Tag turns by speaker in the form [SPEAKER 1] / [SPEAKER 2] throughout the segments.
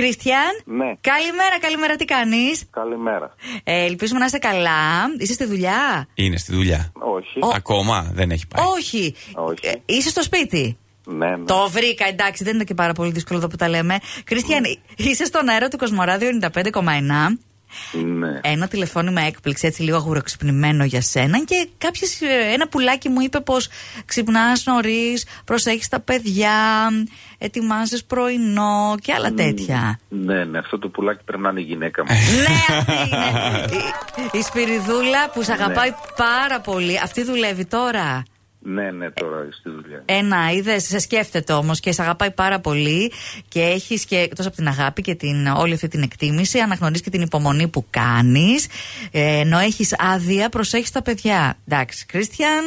[SPEAKER 1] Κριστιαν,
[SPEAKER 2] Ναι.
[SPEAKER 1] καλημέρα, καλημέρα, τι κάνεις.
[SPEAKER 2] Καλημέρα.
[SPEAKER 1] Ε, ελπίζουμε να είσαι καλά. Είσαι στη δουλειά.
[SPEAKER 3] Είναι στη δουλειά.
[SPEAKER 2] Όχι.
[SPEAKER 1] Ο-
[SPEAKER 3] Ακόμα δεν έχει πάει.
[SPEAKER 1] Όχι.
[SPEAKER 2] Όχι.
[SPEAKER 1] Ε, είσαι στο σπίτι.
[SPEAKER 2] Ναι, ναι.
[SPEAKER 1] Το βρήκα, εντάξει, δεν είναι και πάρα πολύ δύσκολο εδώ που τα λέμε. Κριστιαν, είσαι στον αέρα του Κοσμοράδιο 95,1.
[SPEAKER 2] ναι.
[SPEAKER 1] Ένα τηλεφώνημα έκπληξη, έτσι λίγο αγουροξυπνημένο για σένα. Και κάποιος, ε, ένα πουλάκι μου είπε πως ξυπνάς νωρίς, προσέχεις τα παιδιά, ετοιμάζεις πρωινό και άλλα τέτοια.
[SPEAKER 2] Ναι, ναι, αυτό το πουλάκι πρέπει να είναι η γυναίκα μου.
[SPEAKER 1] ναι, αυτή είναι. Η, η Σπυριδούλα που σε αγαπάει πάρα πολύ. Αυτή δουλεύει τώρα.
[SPEAKER 2] ναι, ναι, τώρα στη δουλειά.
[SPEAKER 1] Ένα, είδες, σε σκέφτεται όμως και σε αγαπάει πάρα πολύ και έχεις και εκτός από την αγάπη και την, όλη αυτή την εκτίμηση, αναγνωρίζεις και την υπομονή που κάνεις. Ε, ενώ έχεις άδεια, προσέχεις τα παιδιά. Εντάξει, Κρίστιαν,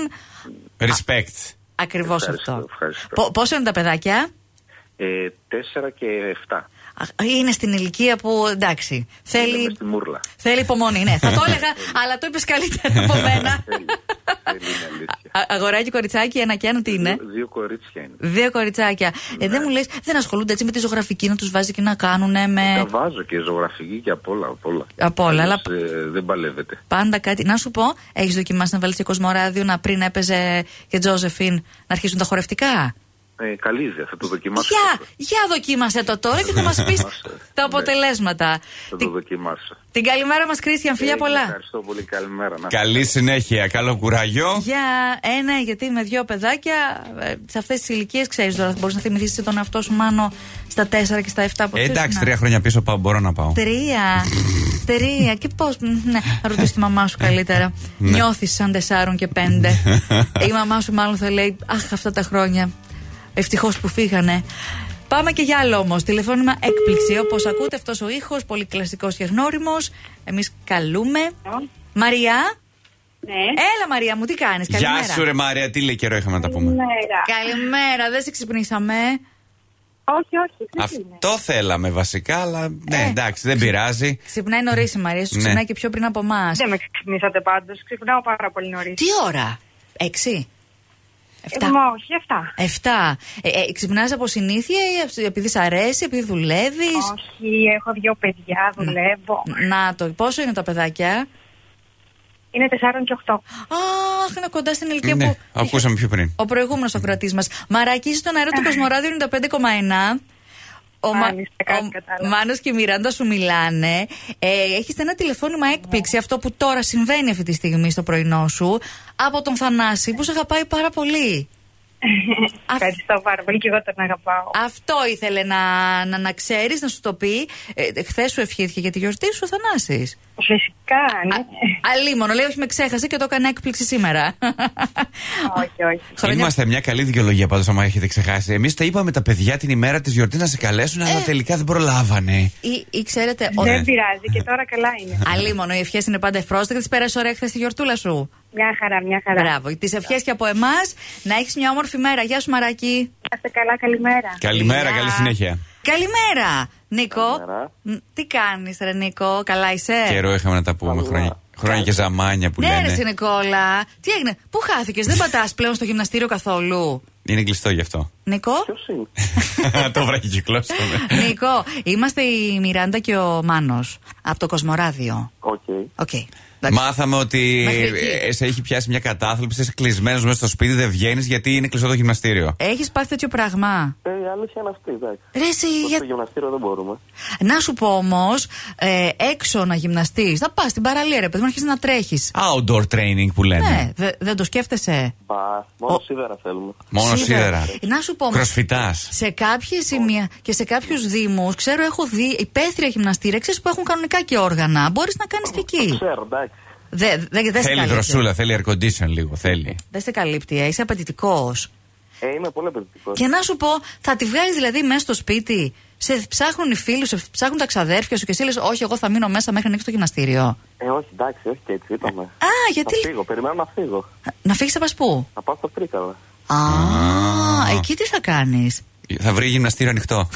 [SPEAKER 3] Respect.
[SPEAKER 1] ακριβώς
[SPEAKER 2] Ευχαριστώ,
[SPEAKER 1] αυτό.
[SPEAKER 2] ευχαριστώ.
[SPEAKER 1] Πο- πόσο είναι τα παιδάκια,
[SPEAKER 2] Ε, 4 και 7.
[SPEAKER 1] Α, Είναι στην ηλικία που εντάξει. Θέλει,
[SPEAKER 2] στη μούρλα.
[SPEAKER 1] θέλει υπομονή, ναι. Θα το έλεγα, αλλά το είπες καλύτερα από μένα.
[SPEAKER 2] Θέλει, θέλει, είναι αλήθεια.
[SPEAKER 1] Α- αγοράκι, κοριτσάκι, ένα και ένα, τι είναι.
[SPEAKER 2] Δύο, δύο κορίτσια είναι.
[SPEAKER 1] Δύο κοριτσάκια. Ε,
[SPEAKER 2] Ναι.
[SPEAKER 1] δεν μου λες, δεν ασχολούνται έτσι με τη ζωγραφική, να τους βάζει και να κάνουν με.
[SPEAKER 2] Ε, Τα βάζω και ζωγραφική και απ' όλα. Απ' όλα,
[SPEAKER 1] Ε. Απ' όλα, αλλά-
[SPEAKER 2] Αλλιώς, ε, δεν παλεύεται.
[SPEAKER 1] Πάντα κάτι. Να σου πω, έχεις δοκιμάσει να βάλεις και κοσμοράδιο να πριν έπαιζε και Τζόζεφιν να αρχίσουν τα χορευτικά.
[SPEAKER 2] Ε, καλή ιδέα, θα το δοκιμάσω.
[SPEAKER 1] Για, για δοκίμασε το τώρα και θα μας πεις
[SPEAKER 2] Ναι.
[SPEAKER 1] τα αποτελέσματα.
[SPEAKER 2] Θα
[SPEAKER 1] Την,
[SPEAKER 2] το δοκιμάσω.
[SPEAKER 1] την καλημέρα μας, Κρίστιαν,
[SPEAKER 2] Ε,
[SPEAKER 1] φιλιά πολλά.
[SPEAKER 2] Ευχαριστώ πολύ, καλημέρα. Να-
[SPEAKER 3] Καλή συνέχεια. Καλό κουραγιό.
[SPEAKER 1] Για ένα, γιατί με δύο παιδάκια ε, σε αυτές τις ηλικίες ξέρεις τώρα, μπορείς να θυμηθείς τον εαυτό σου μάνο στα 4 και στα 7 από
[SPEAKER 3] Ε, Εντάξει, τρία χρόνια πίσω πάω, μπορώ να πάω.
[SPEAKER 1] Τρία. Τρία. Και πώς. Ναι, να ρωτήσει τη μαμά σου καλύτερα.
[SPEAKER 3] Ναι.
[SPEAKER 1] Νιώθεις σαν τεσσάρων και πέντε. Ε, Η μαμά σου μάλλον θα λέει Αχ, αυτά τα χρόνια. Ευτυχώς που φύγανε. Πάμε και για άλλο όμως. Τηλεφώνημα έκπληξη. Όπως ακούτε, αυτός ο ήχος, πολύ κλασικός και γνώριμος. Εμείς καλούμε. Μαριά.
[SPEAKER 4] Ναι.
[SPEAKER 1] Έλα, Μαρία μου, τι κάνεις. Καλημέρα.
[SPEAKER 3] Γεια σου, ρε Μάρια, τι λέει καιρό είχαμε να τα πούμε.
[SPEAKER 1] Ναι,
[SPEAKER 4] Καλημέρα.
[SPEAKER 1] Καλημέρα, δεν σε ξυπνήσαμε.
[SPEAKER 4] Όχι, όχι. δεν είναι.
[SPEAKER 3] Αυτό θέλαμε βασικά, αλλά
[SPEAKER 1] Ε,
[SPEAKER 3] ναι, εντάξει, δεν πειράζει.
[SPEAKER 1] Ξυπνάει νωρίς η Μαρία, σου
[SPEAKER 3] Ναι.
[SPEAKER 1] ξυπνάει και πιο πριν από εμάς.
[SPEAKER 4] Δεν με ξυπνήσατε πάντως. Ξυπνάω πάρα πολύ νωρίς.
[SPEAKER 1] Τι ώρα, Έξι. Εφτά.
[SPEAKER 4] Ε, μα όχι, αυτά.
[SPEAKER 1] 7. Ε, ε, ξυπνάς από συνήθεια ή απ- επειδή σ' αρέσει, επειδή δουλεύεις.
[SPEAKER 4] Όχι, έχω δύο παιδιά,
[SPEAKER 1] Ναι,
[SPEAKER 4] δουλεύω.
[SPEAKER 1] Να το. Πόσο είναι τα παιδάκια.
[SPEAKER 4] Είναι 4 και 8.
[SPEAKER 1] Αχ, είναι κοντά στην ηλικία
[SPEAKER 3] Ναι,
[SPEAKER 1] που.
[SPEAKER 3] ακούσαμε πιο πριν.
[SPEAKER 1] Ο προηγούμενος ακροατή μας. Μαρακίζεις στον αέρα του Κοσμοράδιο 95,1. Ο, Μα...
[SPEAKER 4] Μάλιστα, κάτι κατάλαβα.
[SPEAKER 1] Μάνος και η Μιράντα σου μιλάνε. Ε, Έχεις ένα τηλεφώνημα
[SPEAKER 4] Ναι.
[SPEAKER 1] έκπληξη, αυτό που τώρα συμβαίνει αυτή τη στιγμή στο πρωινό σου, από τον Θανάση που σε αγαπάει πάρα πολύ. Α-
[SPEAKER 4] Ευχαριστώ πάρα πολύ και εγώ τον αγαπάω.
[SPEAKER 1] Αυτό ήθελε να, να, να ξέρεις, να σου το πει. Ε, Χθες σου ευχήθηκε για τη γιορτή σου, ο Θανάσης.
[SPEAKER 4] Φυσικά, ναι.
[SPEAKER 1] Αλίμονο, λέει, όχι με ξέχασε και το έκανε έκπληξη σήμερα.
[SPEAKER 4] όχι, όχι.
[SPEAKER 1] Χρόνια-
[SPEAKER 3] Είμαστε μια καλή δικαιολογία πάντως, άμα έχετε ξεχάσει. Εμείς τα είπαμε τα παιδιά την ημέρα της γιορτής να σε καλέσουν,
[SPEAKER 1] Ε.
[SPEAKER 3] αλλά τελικά δεν προλάβανε.
[SPEAKER 1] Ή, ή ξέρετε, ο...
[SPEAKER 4] Δεν πειράζει και τώρα καλά είναι.
[SPEAKER 1] αλίμονο, οι ευχές είναι πάντα ευπρόσδεκτες. Πέρασε ωραία χθες τη γιορτούλα σου.
[SPEAKER 4] Μια χαρά, μια χαρά.
[SPEAKER 1] Μπράβο. Τις ευχές και από εμάς να έχεις μια όμορφη μέρα. Γεια σου, Μαράκι.
[SPEAKER 4] Είστε καλά, καλημέρα.
[SPEAKER 3] Καλημέρα,
[SPEAKER 1] Γεια.
[SPEAKER 3] καλή συνέχεια.
[SPEAKER 1] Καλημέρα, Νίκο.
[SPEAKER 2] Καλημέρα.
[SPEAKER 1] Ν- Τι κάνεις, Ρε Νίκο, καλά είσαι.
[SPEAKER 3] Καιρό είχαμε να τα πούμε.
[SPEAKER 2] Καλά.
[SPEAKER 3] Χρόνια, χρόνια και ζαμάνια που
[SPEAKER 1] Ε. Ναι,
[SPEAKER 3] λένε.
[SPEAKER 1] ρε σε Νικόλα. Τι έγινε, πού χάθηκες, δεν πατάς πλέον στο γυμναστήριο καθόλου.
[SPEAKER 3] Είναι κλειστό γι' αυτό.
[SPEAKER 1] Νίκο.
[SPEAKER 2] Ποιος είναι.
[SPEAKER 3] το βραχικυκλώσαμε.
[SPEAKER 1] Νίκο, είμαστε η Μιράντα και ο Μάνος από το Κοσμοράδιο.
[SPEAKER 2] Οκ. Ε,
[SPEAKER 1] Οκ. εντάξει.
[SPEAKER 3] Μάθαμε ότι
[SPEAKER 1] Μέχρι εκεί.
[SPEAKER 3] ε, σε έχει πιάσει μια κατάθλιψη, είσαι κλεισμένος μέσα στο σπίτι, δεν βγαίνεις γιατί είναι κλειστό το γυμναστήριο.
[SPEAKER 1] Έχεις πάθει τέτοιο πράγμα.
[SPEAKER 2] Ε, η αλήθεια είναι αυτή, εντάξει.
[SPEAKER 1] Ρε, εσύ,
[SPEAKER 2] Προς
[SPEAKER 1] Ε, για-
[SPEAKER 2] Το γυμναστήριο δεν μπορούμε.
[SPEAKER 1] Να σου πω όμως, ε, έξω να γυμναστείς, θα πας στην παραλία, ρε παιδί μου, αρχίζεις να τρέχεις.
[SPEAKER 3] Outdoor training που λένε.
[SPEAKER 1] Ναι, δε- δεν το σκέφτεσαι.
[SPEAKER 2] Μπα, μόνο σίδερα θέλουμε.
[SPEAKER 3] Μόνο σίδερα.
[SPEAKER 1] Να σου πω όμως,
[SPEAKER 3] Κροσφυτάς.
[SPEAKER 1] Σε κάποια σημεία και σε κάποιους Δήμους, ξέρω, έχω δει υπαίθρια γυμναστήρια, ξέρεις, που έχουν κανονικά και όργανα. Μπορείς να κάνεις και εκεί.
[SPEAKER 2] Ξέρω, εντάξει.
[SPEAKER 1] Δε- δε- δεν σε
[SPEAKER 3] Θέλει
[SPEAKER 1] καλύπτει.
[SPEAKER 3] δροσούλα, θέλει air condition λίγο. Θέλει.
[SPEAKER 1] Δεν σε καλύπτει, ε, είσαι απαιτητικός.
[SPEAKER 2] Ε, είμαι πολύ απαιτητικός.
[SPEAKER 1] Και να σου πω, θα τη βγάλεις δηλαδή μέσα στο σπίτι, σε ψάχνουν οι φίλοι σου, σε ψάχνουν τα ξαδέρφια σου και εσύ λες, Όχι, εγώ θα μείνω μέσα μέχρι να ανοίξει το γυμναστήριο.
[SPEAKER 2] Ε, όχι, εντάξει, όχι και έτσι είπαμε.
[SPEAKER 1] Α, γιατί.
[SPEAKER 2] Θα φύγω, περιμένω να φύγω.
[SPEAKER 1] Να φύγεις από πού.
[SPEAKER 2] Να πάω στο Πρίκαλα.
[SPEAKER 1] Α, εκεί τι θα κάνεις.
[SPEAKER 3] Θα βρει γυμναστήριο ανοιχτό.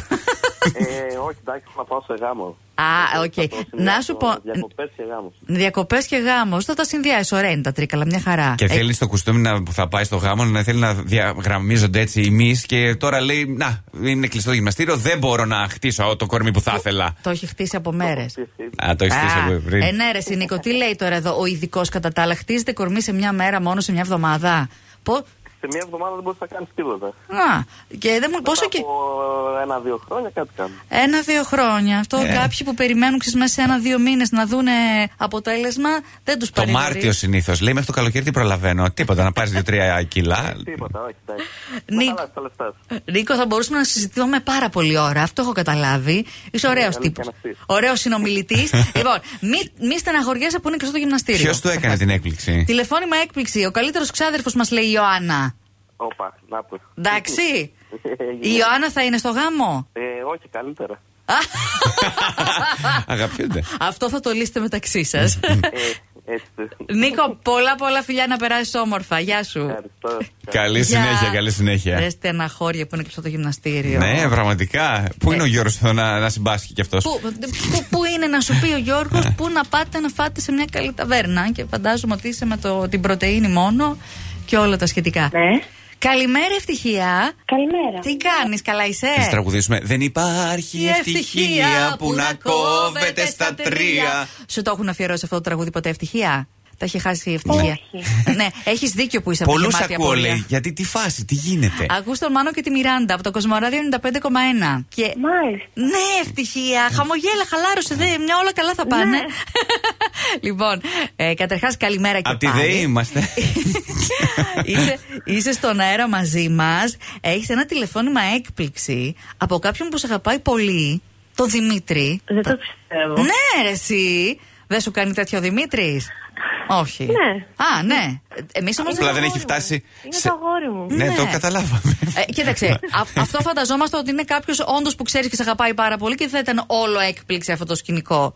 [SPEAKER 2] ε, όχι, εντάξει, να πάω σε γάμο.
[SPEAKER 1] Α, οκ.
[SPEAKER 2] Θα το
[SPEAKER 1] Να σου
[SPEAKER 2] συνδυάσω,
[SPEAKER 1] πω.
[SPEAKER 2] Διακοπές και γάμος.
[SPEAKER 1] Διακοπές και γάμο. Θα τα συνδυάσεις. Ωραία είναι τα τρίκαλα, μια χαρά.
[SPEAKER 3] Και
[SPEAKER 1] Ε,
[SPEAKER 3] θέλεις το κουστούμι να, που θα πάει στο γάμο να θέλει να διαγραμμίζονται έτσι οι μυς και τώρα λέει Να, είναι κλειστό το γυμναστήριο, δεν μπορώ να χτίσω το κορμί που θα ήθελα.
[SPEAKER 1] το έχει χτίσει από μέρες.
[SPEAKER 3] Α, το έχεις στήσει πριν.
[SPEAKER 1] Ε, ναι, ρε, εσύ, Νίκο, τι λέει τώρα εδώ ο ειδικός κατά τα άλλα. Χτίζεται κορμί σε μια μέρα μόνο, σε μια εβδομάδα. Πώ.
[SPEAKER 2] Σε μια εβδομάδα δεν μπορείς να κάνεις τίποτα.
[SPEAKER 1] Να, και δεν μου. Πόσο και.
[SPEAKER 2] Μετά Από ένα-δύο χρόνια κάτι κάνω.
[SPEAKER 1] Ένα-δύο χρόνια. Αυτό
[SPEAKER 3] Ε.
[SPEAKER 1] κάποιοι που περιμένουν ξέρεις, μέσα σε ένα-δύο μήνες να δουν αποτέλεσμα δεν τους
[SPEAKER 3] Το
[SPEAKER 1] παρηγορεί.
[SPEAKER 3] Μάρτιο συνήθως. Λέει μέχρι το καλοκαίρι τι προλαβαίνω. Τίποτα, να πάρεις 2-3 κιλά.
[SPEAKER 2] Τίποτα, όχι, εντάξει.
[SPEAKER 1] Νίκ-
[SPEAKER 2] Καλά, τα λεφτά σου.
[SPEAKER 1] Ε, Νίκο, θα μπορούσαμε να συζητούμε πάρα πολλή ώρα. Αυτό έχω καταλάβει. Είσαι ωραίος
[SPEAKER 2] καλή
[SPEAKER 1] τύπο.
[SPEAKER 2] καναστής.
[SPEAKER 1] Ωραίο συνομιλητής. λοιπόν, μη, μη στεναχωριέσαι που είναι και στο γυμναστήριο.
[SPEAKER 3] Ποιος του έκανε την έκπληξη.
[SPEAKER 1] Τηλεφώνημα έκπληξη. Ο καλύτερος ξάδερφος μας λέει η Ιωάννα.
[SPEAKER 2] Όπα, να πω.
[SPEAKER 1] Εντάξει.
[SPEAKER 2] Ε,
[SPEAKER 1] Η Ιωάννα θα είναι στο γάμο.
[SPEAKER 2] ε, όχι, καλύτερα.
[SPEAKER 1] Α.
[SPEAKER 3] Αγαπιούνται.
[SPEAKER 1] Αυτό θα το λύσετε μεταξύ σας.
[SPEAKER 2] Ε, έτσι.
[SPEAKER 1] Νίκο, πολλά πολλά φιλιά να περάσεις όμορφα. Γεια σου.
[SPEAKER 2] Ευχαριστώ.
[SPEAKER 3] Καλή
[SPEAKER 1] Γεια.
[SPEAKER 3] συνέχεια, καλή συνέχεια.
[SPEAKER 1] Ρε στεναχώρια που είναι κλειστό το γυμναστήριο.
[SPEAKER 3] Ναι, πραγματικά. Πού είναι
[SPEAKER 1] Ε.
[SPEAKER 3] ο Γιώργος εδώ να, να συμπάσχει κι αυτός.
[SPEAKER 1] Πού, πού, πού είναι να σου πει ο Γιώργος,
[SPEAKER 3] Ναι.
[SPEAKER 1] πού να πάτε να φάτε σε μια καλή ταβέρνα. Και φαντάζομαι ότι είσαι με το, την πρωτενη μόνο και όλα τα σχετικά.
[SPEAKER 4] Ναι.
[SPEAKER 1] Καλημέρα, ευτυχία.
[SPEAKER 4] Καλημέρα.
[SPEAKER 1] Τι κάνεις, καλά είσαι.
[SPEAKER 3] Θα τραγουδήσουμε. Δεν υπάρχει ευτυχία που να κόβεται στα τρία.
[SPEAKER 1] Σου το έχουν αφιερώσει αυτό το τραγούδι ποτέ, ευτυχία. Τα είχε χάσει η ευτυχία. ναι, έχεις δίκιο που είσαι από
[SPEAKER 3] Πολλούς
[SPEAKER 1] γεμάτη
[SPEAKER 3] ακούω,
[SPEAKER 1] απορία.
[SPEAKER 3] λέει. Γιατί τι φάση, τι γίνεται.
[SPEAKER 1] Ακούς τον Μάνο και τη Μιράντα από το Κοσμοράδιο 95,1. Και...
[SPEAKER 4] Μάλιστα.
[SPEAKER 1] Ναι, ευτυχία.
[SPEAKER 3] Ε.
[SPEAKER 1] Χαμογέλα, χαλάρωσε. Δε, μια όλα καλά θα πάνε.
[SPEAKER 3] Ναι.
[SPEAKER 1] λοιπόν, ε, καταρχάς, καλημέρα και
[SPEAKER 3] Απ' τη
[SPEAKER 1] πάλι.
[SPEAKER 3] ΔΕΗ είμαστε.
[SPEAKER 1] είσαι, είσαι στον αέρα μαζί μας. Έχεις ένα τηλεφώνημα έκπληξη από κάποιον που σε αγαπάει πολύ, τον Δημήτρη.
[SPEAKER 4] Δεν το πιστεύω.
[SPEAKER 1] Ναι, ρε, εσύ. Δεν σου κάνει τέτοιο ο Δημήτρης. Όχι.
[SPEAKER 4] Ναι.
[SPEAKER 1] Α, ναι. Εμείς όμως.
[SPEAKER 3] Απλά δεν έχει φτάσει.
[SPEAKER 4] Είναι
[SPEAKER 3] σε-
[SPEAKER 4] το αγόρι μου.
[SPEAKER 3] Ναι,
[SPEAKER 1] Ναι.
[SPEAKER 3] το καταλάβαμε.
[SPEAKER 1] Ε, κοίταξε, α- αυτό φανταζόμαστε ότι είναι κάποιος όντως που ξέρει και σε αγαπάει πάρα πολύ και δεν θα ήταν όλο έκπληξη αυτό το σκηνικό.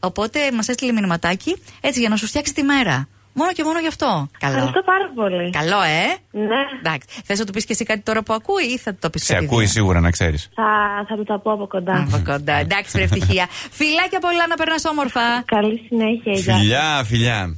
[SPEAKER 1] Οπότε μας έστειλε μηνυματάκι έτσι για να σου φτιάξει τη μέρα. Μόνο και μόνο γι' αυτό. Καλό.
[SPEAKER 4] Ευχαριστώ πάρα πολύ.
[SPEAKER 1] Καλό, ε!
[SPEAKER 4] Ναι.
[SPEAKER 1] Εντάξει. Θες να του πεις και εσύ κάτι τώρα που ακούει ή θα του το πεις
[SPEAKER 3] Σε
[SPEAKER 1] κάτι.
[SPEAKER 3] ακούει
[SPEAKER 1] δύο?
[SPEAKER 3] σίγουρα, να ξέρεις.
[SPEAKER 4] Θα, θα του τα πω από κοντά.
[SPEAKER 1] Από κοντά. Εντάξει, βρε ευτυχία. Φιλάκια πολλά να περνάς όμορφα.
[SPEAKER 4] Καλή συνέχεια. Γεια.
[SPEAKER 3] Φιλιά, φιλιά.